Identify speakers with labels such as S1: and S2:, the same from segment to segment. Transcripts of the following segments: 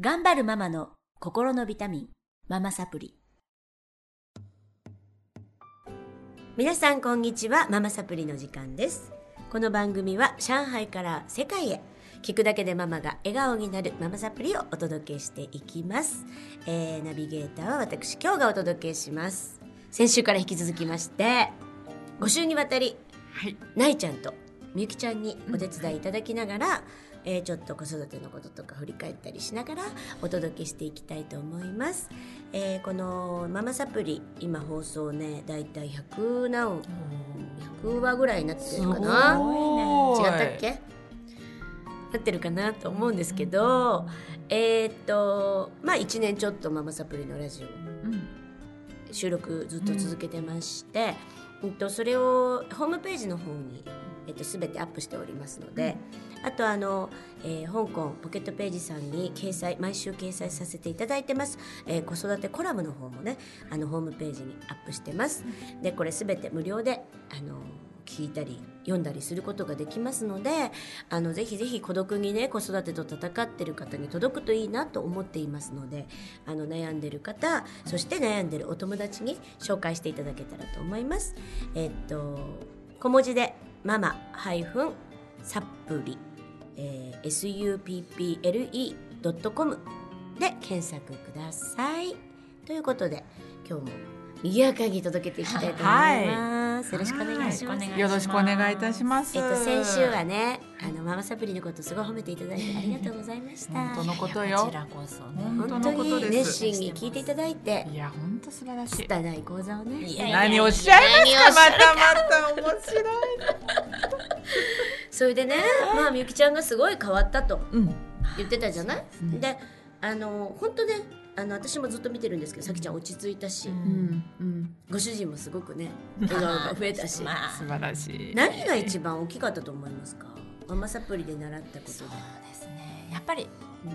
S1: 頑張るママの心のビタミン、ママサプリ。皆さんこんにちは、ママサプリの時間です。この番組は上海から世界へ、聞くだけでママが笑顔になるママサプリをお届けしていきます。えーナビゲーターは私、今日がお届けします。先週から引き続きまして、5週にわたり
S2: はい、
S1: ないちゃんとみゆきちゃんにお手伝いいただきながら、えーちょっと子育てのこととか振り返ったりしながらお届けしていきたいと思います、えーこの「ママサプリ」今放送ねだいたい100何100話ぐらいになってるかな違
S2: ご
S1: っ
S2: い
S1: たっけなってるかなと思うんですけどえーっとまあ1年ちょっと「ママサプリ」のラジオ
S2: うん、
S1: 収録ずっと続けてまして、うんとそれをホームページの方に、えっと、全てアップしておりますので、あとあの、えー香港ポケットページさんに掲載毎週掲載させていただいてます、えー子育てコラムの方もねあのホームページにアップしてます。でこれ全て無料であの聞いたり読んだりすることができますのであのぜひぜひ孤独にね子育てと戦ってる方に届くといいなと思っていますのであの悩んでる方そして悩んでるお友達に紹介していただけたらと思います。えっと小文字でママサプリ、えー supple.com で検索ください。ということで今日も賑やかに届けていきたいと思います。よろしくお願いします。
S2: よろしくお願いいたします。
S1: えっと、先週はねあのママサプリのことすごい褒めていただいてありがとうございました
S2: 本当のこと
S3: こ
S2: よ
S3: ち。らこそね。
S2: 本当
S1: 本
S2: の
S1: 当
S2: こと
S1: に
S2: で
S1: 熱
S2: す。
S1: 心に聞いていただいて
S2: いや、本当素晴らしい。
S1: 拙い講座をね
S3: や
S2: 何をおっしゃいますか、またまた面白い。
S1: それでねまあみゆきちゃんがすごい変わったと
S2: うん、
S1: 言ってたじゃない
S2: すね
S1: であの本当ねあの私もずっと見てるんですけどさきちゃん落ち着いたし、
S2: うん、うん、
S1: ご主人もすごくね笑顔が増えたし、
S3: まあ、そ
S2: 素
S3: う
S2: 晴らしい。
S1: 何が一番大きかったと思いますかママサプリで習ったことで、
S3: ですね。やっぱり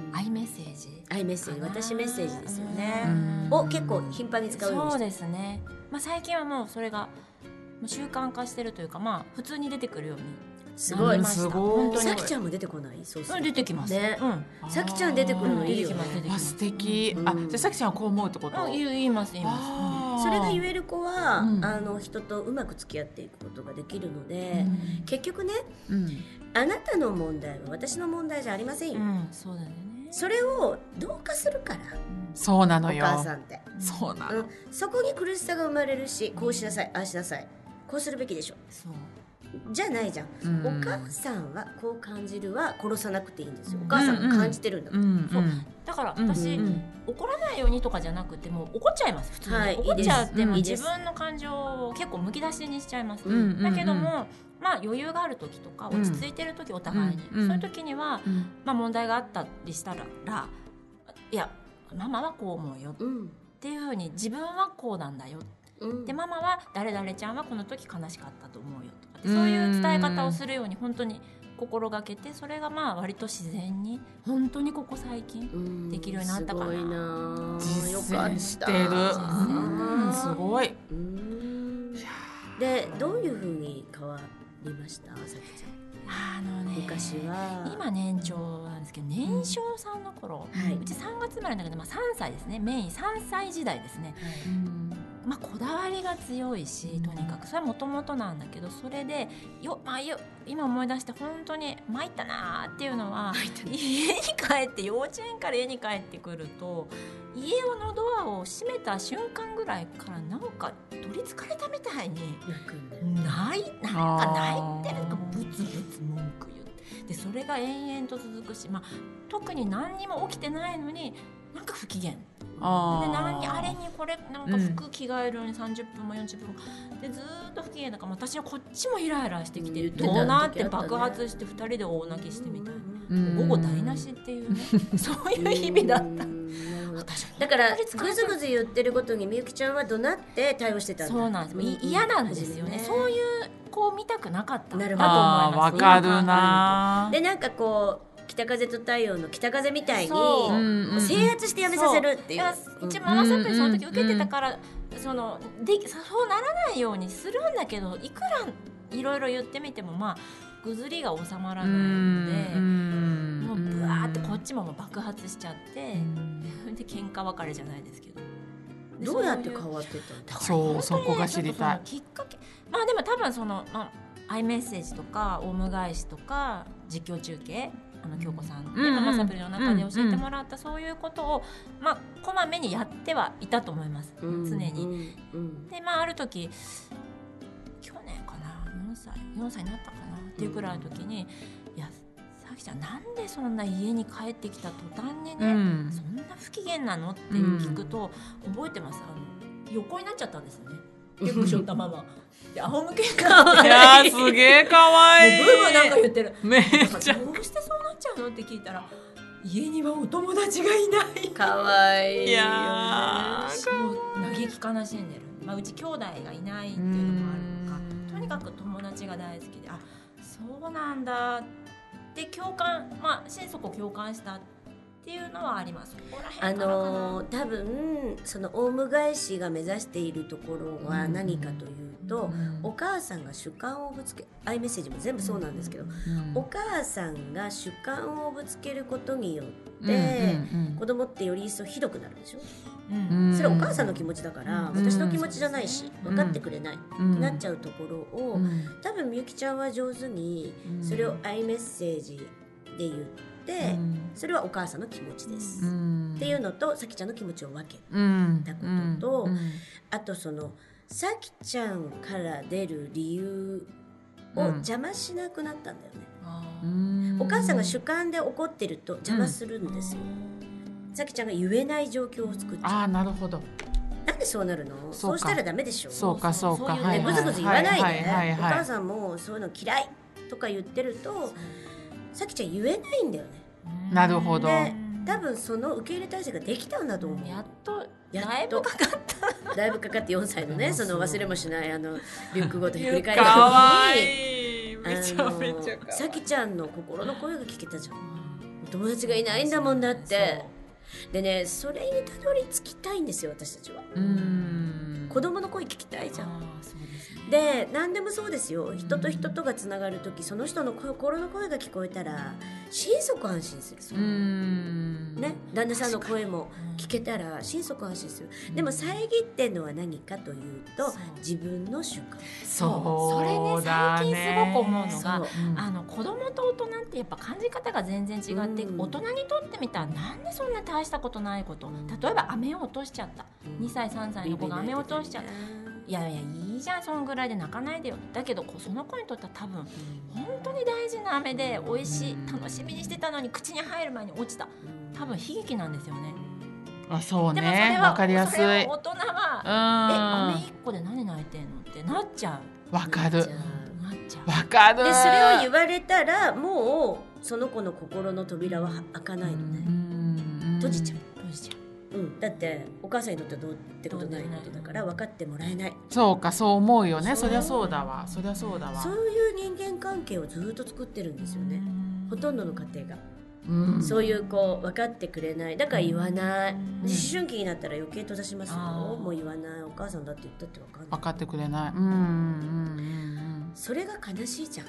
S1: うん
S3: アイメッセージ。
S1: アイメッセージ私メッセージですよね、
S2: うん
S1: を結構頻繁に使うように
S3: そ
S1: し
S3: う
S1: て
S3: ですね。まあ最近はもうそれがもう習慣化してるというか、まあ普通に出てくるように。
S1: すごい
S2: うんすごい。
S1: さきちゃんも出てこないそうそう
S3: うん出てきます。
S1: ね
S3: うん。
S2: あー
S1: さきちゃん出てくるのいいよね
S3: うん出てき
S2: あ、
S3: ます
S2: 素敵。あ、じゃあ、さきちゃんはこう思うってこと。
S3: うん、言う言います言いま
S2: あー
S1: それが言える子は、
S2: うん
S1: あの人とうまく付き合っていくことができるので、
S2: うん
S1: 結局ね
S2: うん、
S1: あなたの問題は私の問題じゃありません
S3: す。
S1: よ、
S3: うん、そうだよね。
S1: それを同化するから
S2: そうな
S1: お
S2: のよ。
S1: 母さんって、
S2: そうな
S1: う
S2: の。
S1: ん、そこに苦しさが生まれるしこうしなさいああしなさいこうするべきでしょ
S3: そう。
S1: じゃないじゃん、
S2: うん
S1: お母さんはこう感じるは殺さなくていいんですよお母さんが感じてるんだか
S2: う
S1: ら、
S2: ん、
S3: そう
S2: うん
S3: だから
S2: うん
S3: 私、
S2: うん
S3: 怒らないようにとかじゃなくてもう怒っちゃいます普通に、
S1: はい
S3: 怒っちゃうって、
S2: いいです
S3: まあ
S2: うん
S3: 自分の感情を結構むき出しにしちゃいます、
S1: うん
S2: うん
S3: だけども、まあ余裕がある時とか
S2: うん
S3: 落ち着いてる時お互いに、
S2: うん
S3: そういう時には、
S2: うん
S3: まあ、問題があったりしたらいやママはこう思うよっ
S1: うん
S3: ていうふうに自分はこうなんだよ
S1: うん
S3: でママは誰々ちゃんはこの時悲しかったと思うよとかって
S2: うん
S3: そういう伝え方をするように本当に心がけてそれがまあ割と自然に本当にここ最近
S1: うん
S3: できるようになったかな
S1: すごいなあよ
S2: 実
S1: かった
S2: 践してる。うん、すごい。
S1: うんでどういうふうに変わりましたさきちゃん
S3: あのね
S1: 昔は
S3: 今年長なんですけど年少さんの頃、
S1: はいう
S3: ち3月生まれなんだけど、まあ、3歳ですねメイン3歳時代ですね、まあ、こだわりが強いしとにかくそれはもともとなんだけどそれでよ、まあ、よ今思い出して本当に参ったなーっていう のは家に帰って幼稚園から家に帰ってくると家のドアを閉めた瞬間ぐらいからなんか取りつかれたみたいに。
S1: 泣くんだよ
S3: ないなん
S2: あ
S3: か
S2: ー
S3: 泣いてるとかブツブツ文句言ってでそれが延々と続くし、まあ、特に何にも起きてないのになんか不機嫌で
S2: あー
S3: 何にあれにこれなんか服着替えるのに30分も40分もでずーっと不機嫌だから私はこっちもイライラしてきて
S1: う
S3: る
S1: ん
S3: どうなっ
S1: 出
S3: て
S1: た時あったね
S3: 爆発して2人で大泣きしてみたいな
S2: うん
S3: 午後台無しっていうねそういう日々だった
S1: だった
S3: 私本当
S1: だから
S3: に疲れてる
S1: ぐずぐず言ってることにみゆきちゃんは怒鳴って対応してたんだ
S3: そうなんです。い嫌なんですよね。そういう子を見たくなかった。
S1: なるほど
S2: あーわかるな
S1: でなんかこう北風と太陽の北風みたいに
S3: そう
S2: うんうんうん
S1: 制圧してやめさせるっていう
S3: だから一応ママサプリその時受けてたから、そのでそうならないようにするんだけどいくらいろいろ言ってみてもまあぐずりが収まら
S2: う
S3: ないので、
S2: ん
S3: もうぶわわーってこっちももう爆発しちゃって、それで喧嘩別れじゃないですけどで
S1: どうやって
S3: そい
S1: 変わってたん
S3: だ
S1: だ
S3: から
S2: そう
S3: 本当にね
S2: そこが知りたい
S3: ちょっとそのきっかけまあでも多分その、まあ、アイメッセージとかオウム返しとか実況中継あの京子さん
S4: うんうん
S3: でママサプリの中で教えてもらったそういうことを、まあ、こまめにやってはいたと思います、常に。
S1: うんうん
S3: でまあある時去年かな4歳4歳になったかなっていうくらいの時に「いやさきちゃんなんでそんな家に帰ってきた途端にね、
S4: うん
S3: そんな不機嫌なのって聞くと、覚えてますあの横になっちゃったんですよね。リュックしょったま ま。で、仰向けになって。
S2: いやーすげえ可愛い
S3: もうブーブーなんか言ってる。
S2: めっ
S3: だから
S2: ちゃ
S3: どうしてそうなっちゃうのって聞いたら、家にはお友達がいない。
S1: かわいいよね
S2: いやー
S3: もう嘆き悲しんでる。まあ、うち兄弟がいないっていうのもあるのか。とにかく友達が大好きで、あ、そうなんだ。で、共感、まあ、心底共感したっていうのはあります。そこら
S1: あ
S3: 辺からかな
S1: のー多分そのオウム返しが目指しているところは何かというと、お母さんが主観をぶつけアイメッセージも全部そうなんですけど、お母さんが主観をぶつけることによって、子供ってより一層ひどくなるでしょ、
S3: うん
S1: それはお母さんの気持ちだから、
S4: うん
S1: 私の気持ちじゃないし
S3: う
S1: 分
S3: ん
S1: かってくれないっ
S4: うん
S1: てなっちゃうところを、多分みゆきちゃんは上手にそれをアイメッセージで言って、それはお母さんの気持ちです、っていうのとさきちゃんの気持ちを分けるあとそのさきちゃんから出る理由を邪魔しなくなったんだよね、
S3: あ
S1: お母さんが主観で怒ってると邪魔するんですよ、さきちゃんが言えない状況を作っちゃ
S2: あーなるほど
S1: うなんでそうなるのそう
S2: そうか
S1: したらダメでしょ
S2: そうかそうか
S3: そういうね
S2: はい
S1: ねぐ
S2: はい
S1: ずぐず言わないで、
S2: はいはい
S1: お
S2: は
S1: 母
S2: い
S1: さんもそういうの嫌いとか言ってるとさきちゃん言えないんだよね
S3: ー
S2: なるほど
S1: で多分その受け入れ体制ができたんだと思う
S3: やっと
S1: やっと
S3: だいぶかかっ
S1: だいぶかかって4歳のねその忘れもしないあのリュックごとひっくり返った時に
S2: 可愛いめちゃめちゃ
S1: あ
S2: 可
S1: の
S2: 愛
S1: さ
S2: い
S1: きちゃんの心の声が聞けたじゃん
S3: た
S1: お友達がいないんだもんだってでねそれにたどり着きたいんですよ私たちは子供の声聞きたいじゃん
S3: ああそうですね
S1: で何でもそうですよ人と人とがつながる時その人の心の声が聞こえたら心底安心するね旦那さんの声も聞けたら心底安心するでも遮ってんのは何かというと
S3: そう
S1: 自分の主観
S2: そう
S3: それね
S2: だ
S3: 最近すごく思うのが
S1: そう
S3: あの子供と大人ってやっぱ感じ方が全然違って、
S1: うん
S3: 大人にとってみたらなんでそんな大したことないこと例えば飴を落としちゃった2歳3歳の子が飴を落としちゃったいやいやいいじゃんそんぐらいで泣かないでよだけどこうその子にとっては多分本当に大事な飴で美味しい楽しみにしてたのに口に入る前に落ちた多分悲劇なんですよね
S2: あそう
S3: でもそれ
S2: ね
S3: は
S2: わかりやす
S3: それ
S2: い
S3: は大人
S2: う
S3: は「え飴
S2: ん
S3: 一個で何泣いてんの?」ってなっちゃ
S2: わかる
S1: じゃあ
S3: うなっちゃう
S2: わかる
S1: でそれを言われたらもうその子の心の扉は開かないのね、閉じちゃう
S3: どうしちゃう
S1: うん、だってお母さんにとってはどうってことないことだから分かってもらえない
S2: そうかそう思うよね
S1: そう
S2: そりゃそうだわそりゃそうだわ
S1: そういう人間関係をずっと作ってるんですよねほとんどの家庭が、
S2: うん
S1: そういうこう分かってくれないだから言わない、
S3: うん
S1: 思春期になったら余計閉ざしますよ
S3: あー
S1: もう言わないお母さんだって言ったって分かんない
S2: 分かってくれないうんうん
S1: それが悲しいじゃん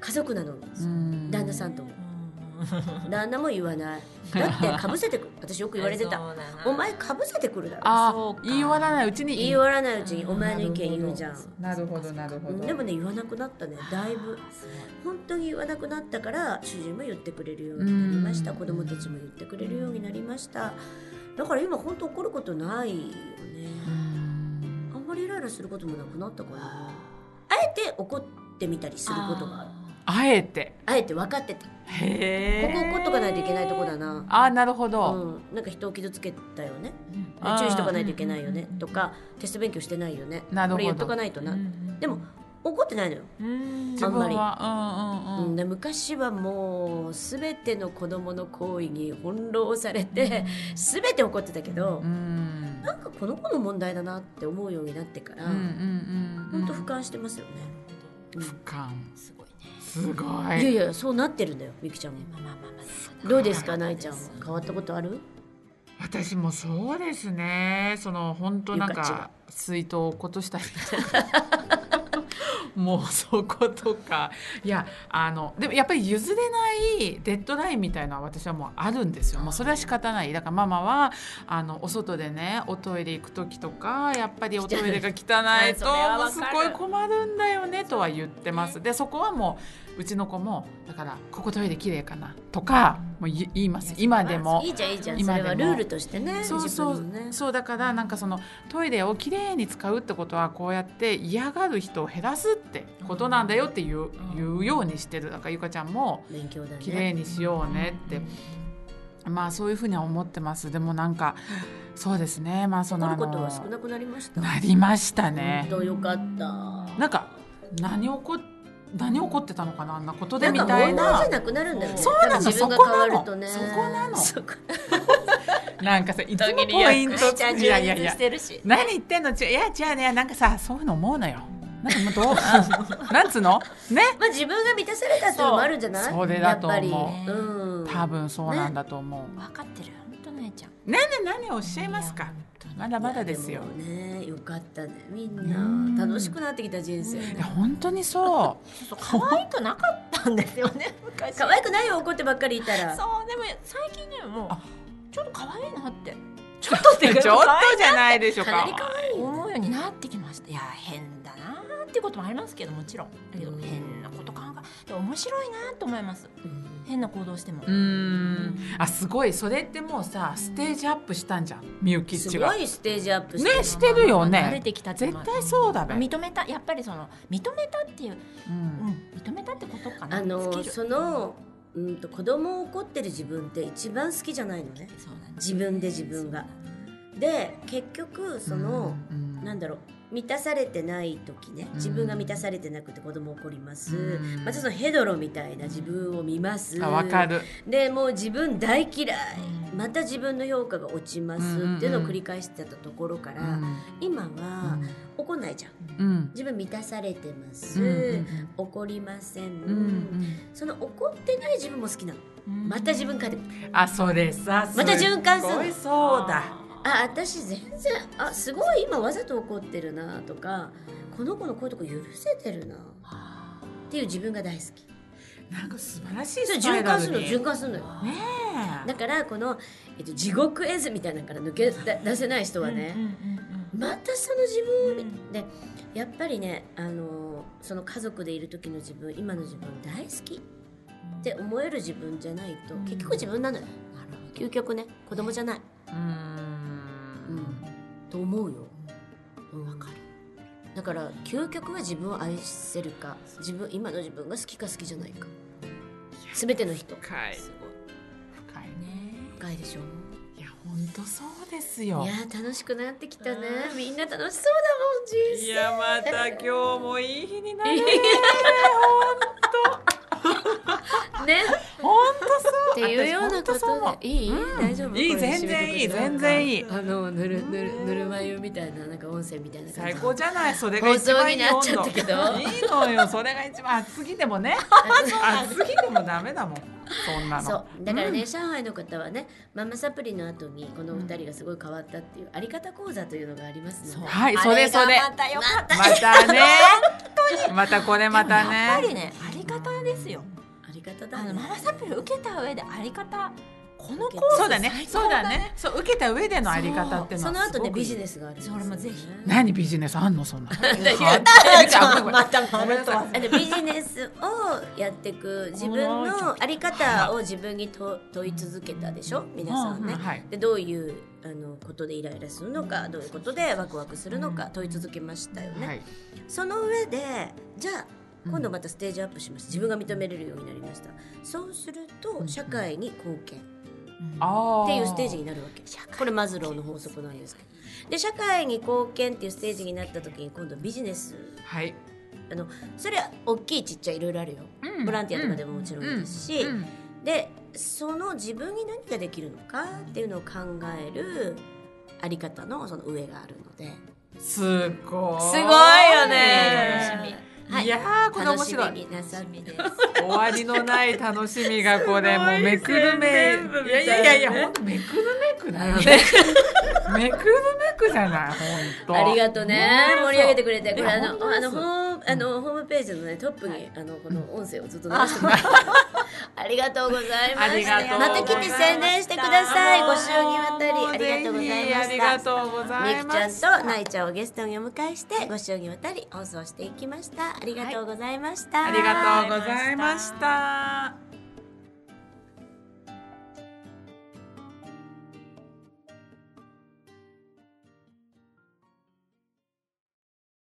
S1: 家族なのに、
S2: うんうん
S1: 旦那さんとも
S3: うん
S1: 旦那も言わ ないだってかぶせてくる私よく言われてた
S3: そうだな
S1: お前かぶせてくるだろ
S2: あ
S3: そうか
S2: 言い終わらないうちに
S1: 言い終わらないうちにお前の意見言うじゃん
S2: なるほどなるほ
S1: うんでもね言わなくなったねだいぶ
S3: あそう
S1: 本当に言わなくなったから主人も言ってくれるようになりました
S2: うん
S1: 子供たちも言ってくれるようになりましただから今本当怒ることないよね
S2: うん
S1: あんまりイライラすることもなくなったかなあえて怒ってみたりすることがある
S2: あえて
S1: あえて分かってたこ
S2: へ
S1: こ
S2: え
S1: 怒っとかないといけないとこだな
S2: あなるほ
S1: う
S2: ど
S1: ん、なんか人を傷つけたよね
S3: うん
S2: あー
S1: 注意しとかないといけないよね
S3: うん
S1: とかテスト勉強してないよね
S2: なるほど
S1: これ言っとかないとな、でも怒ってないのよ
S3: うん
S2: 自分はうんうんうん
S1: で昔はもう全ての子供の行為に翻弄されて全て怒ってたけど、
S2: うん
S1: なんかこの子の問題だなって思うようになってから、
S2: うんうんうん
S1: ほんと俯瞰してますよね、
S2: 俯瞰
S3: すごいね
S2: すご
S1: いや
S2: い
S1: いやそうなってるんだよみきちゃんも
S3: まあまあまあまあ
S1: どうですかないちゃんは変わったことある
S2: 私もそうですねその本当なん
S1: ゆかちは
S2: か水筒を落っことしたりとか もうそことかいやあのでもやっぱり譲れないデッドラインみたいのは私はもうあるんですよもうそれは仕方ないだからママはあのお外でねおトイレ行く時とかやっぱりおトイレが汚いと
S3: 汚いあ
S2: もう
S3: そ
S2: す
S3: れは
S2: ご
S3: わか
S2: い
S3: る
S2: 困るんだよねとは言ってますでそこはもううちの子もだからここトイレ綺麗かなとかもう言います今でも
S1: いいじゃんいいじゃんそ
S2: 今
S1: れ
S2: でも
S1: はルールとしてね
S2: そうそ
S1: 自
S2: う
S1: 分のね
S2: そうだからなんかそのトイレをきれいに使うってことはこうやって嫌がる人を減らすってことなんだよっていう,、
S3: ん
S2: いうようにしてるだからゆかちゃんも
S1: 勉強だね
S2: きれいにしようねって、まあそういうふうには思ってますでもなんかそうですねまあその
S1: 怒
S2: あ
S1: る
S2: の
S1: ことは少なくなりました
S2: なりましたね。
S1: 本当よかった
S2: なんか何をこ何怒ってたのかなあんなことで
S1: なん
S2: み
S1: か
S2: たい
S1: 問題じゃ
S2: な
S1: なくなるんだよね
S2: そう
S1: 多
S2: なの
S1: 分自分が
S2: そこ
S1: 変
S2: なの
S1: わるとね
S2: そこなの
S1: そこ
S2: なんかさいつもポイン トついやいやいや
S3: てるし
S2: 何言ってんのちいや違うねなんかさそういうの思うのよなんかもう どううんなんつうのね
S1: まあ自分が満たされたっていうのもあるんじゃない
S2: そうそれだと思う
S1: やっぱりうん
S2: 多分そうなんだと思う、
S3: 分かってる本当ないちゃん
S2: 何何をおっしゃいますかまだまだですよ
S1: いやもねよかったねみんな楽しくなってきた人生ね
S2: いや本当 にそう
S3: そうそう可愛くなかったんですよね 昔
S1: 可愛くないよ怒ってばっかりいたら
S3: そうでも最近ねもう
S2: あ
S3: ちょっと可愛いなってちょっとっ
S2: ちょっと
S3: ちょっ
S2: じゃないでしょう
S1: かなり
S2: か
S1: 可愛い
S3: と
S1: よ
S3: 思うようになってきましたいや変だなーってこともありますけどもちろんだけど変なこと考えでも面白いなと思います変な行動しても
S2: うーんあすごいそれってもうさステージアップしたんじゃんみゆきっ
S1: す
S2: ち
S1: ご
S2: がね
S1: いステージアップして
S2: してるよ
S3: 慣れ
S2: ね
S3: てきたっていうの
S2: 絶
S3: は
S2: 対そうだべ、うん
S3: 認めたやっぱりその認めたっていう、うん、認めたってことかな
S1: あ
S3: スキ
S1: の
S3: ル
S1: そのうんと子供を怒ってる自分って一番好きじゃないのね
S3: そうなんです
S1: 自分で自分がで結局その、
S2: うん
S1: なんだろう満たされてない時ね
S2: ん
S1: 自分が満たされてなくて子供怒ります、
S2: うん
S1: またそのヘドロみたいな自分を見ます
S2: あわかる
S1: でもう自分大嫌い
S3: うん
S1: また自分の評価が落ちます
S2: うん
S1: っていうのを繰り返してたところから、
S2: うん
S1: 今は怒んないじゃん
S2: うん
S1: 自分満たされてます、
S2: うんうん
S1: 怒りません、
S2: うんうん
S1: その怒ってない自分も好きなの
S3: うん
S1: また自分帰って
S2: あそれさ
S1: また循環する
S2: ごいそうだ
S1: あ私全然あすごい今わざと怒ってるなとかこの子のこういうとこ許せてるなっていう自分が大好き
S2: なんか素晴らしい
S1: それ
S2: スパイ
S1: 循
S2: ラ
S1: 環
S2: ル
S1: するの
S2: に
S1: 循環するのよ
S2: ね
S1: だからこの、えっと、地獄絵図みたいなのから抜けだ出せない人は
S3: うんう
S1: ね
S3: んうん
S1: またその自分を見
S3: うん
S1: でやっぱりねあのその家族でいる時の自分今の自分大好きって思える自分じゃないと結局自分なのよ
S3: なるほど
S1: 究極ね子供じゃない
S2: えうーん
S1: と思うよ、うん、分かるだから究極は自分を愛せるか自分今の自分が好きか好きじゃないか全ての人
S2: 深い
S1: すご
S2: 深いね
S3: ね
S1: い深いでしょ
S2: いや本当そうですよ
S1: いやー楽しくなってきたねみんな楽しそうだもん人生
S2: やまた今日もいい日になる
S1: ね
S2: 本当そう
S1: っていうようなこ
S2: 私本当そう思う
S1: とでいい、大丈夫
S2: いい
S1: これ
S2: 全然い
S1: 締めて
S2: い
S1: くれて
S2: 全然いい
S1: なんかあのぬるぬるぬるま湯みたいななんか温泉みたいな感じ
S2: 最高じゃないそれが一番いい
S1: 放
S2: 温
S1: 送になっちゃったけど
S2: 度いい のよそれが一番暑すぎてもね暑すぎてもダメだもんそんなの
S1: そうだからね、上海の方はねママサプリの後にこのお二人がすごい変わったっていうあり方講座というのがありますので、
S2: はいそれそれ
S3: あがまたよかった
S2: またねまたこれまたね
S3: やっぱりねあり方ですよ
S1: あり方だ
S3: あ
S1: ね
S3: のママサプリ受けた上であり方このコース
S2: そうだね
S3: 最、高
S2: そうだね、そう受けた上でのあり方っての
S1: そ
S2: は
S1: の後
S2: すごくい
S1: ね
S2: い
S1: ビジネスがあるんですよね
S3: それもぜひ
S2: 何ビジネスあんのそんな。
S1: 言っ
S2: ま
S1: た
S2: ごめんなさい
S1: あのビジネスをやっていく自分のあり方を自分にと問い続けたでしょ皆さんね、
S2: うんはい
S1: でどういうあのことでイライラするのかどういうことでワクワクするのか問い続けましたよね、
S2: はい。
S1: その上でじゃあ今度またステージアップしました自分が認めれるようになりましたそうすると社会に貢献
S2: ああ。
S1: っていうステージになるわけこれマズローの法則なんですけどで社会に貢献っていうステージになった時に今度ビジネス
S2: はい。
S1: あのそれは大きいちっちゃいいろいろあるよ、
S2: うん
S1: ボランティアとかでももちろんですし、
S2: うん
S1: でその自分に何ができるのかっていうのを考えるあり方のその上があるので。
S2: すごい。
S1: すごいよね。はい
S2: いやーこれ面
S1: 楽し
S2: 白い
S1: みになさ
S3: 楽
S1: っ
S3: しみ
S1: て
S3: です。
S2: 終わりのない楽しみがこれ
S3: す
S2: も
S3: ご
S2: う
S3: い
S2: めくるめ
S3: 宣伝部み
S2: い
S3: た
S2: や
S3: い
S2: い
S3: な
S2: やいやいや本当めくるめくだよね めくるめくじゃない本当
S1: ありがとうね盛り上げてくれてこれあ
S2: いや
S1: のあのホ
S2: 本
S1: ームあのホームページのねトップに、あのこの音声をずっ と流してもらってありがとうございま
S2: ありが
S1: し
S2: と
S1: た
S2: う
S1: また来て宣伝してくださいご祝儀渡りありがとうございま
S2: あり
S1: した
S2: がとうござ
S1: み
S2: い
S1: く
S2: ま
S1: ちゃん
S2: す
S1: とないちゃんをゲストにお迎えしてご祝儀渡り放送していきましたありがとうございました、
S2: ありがとうございました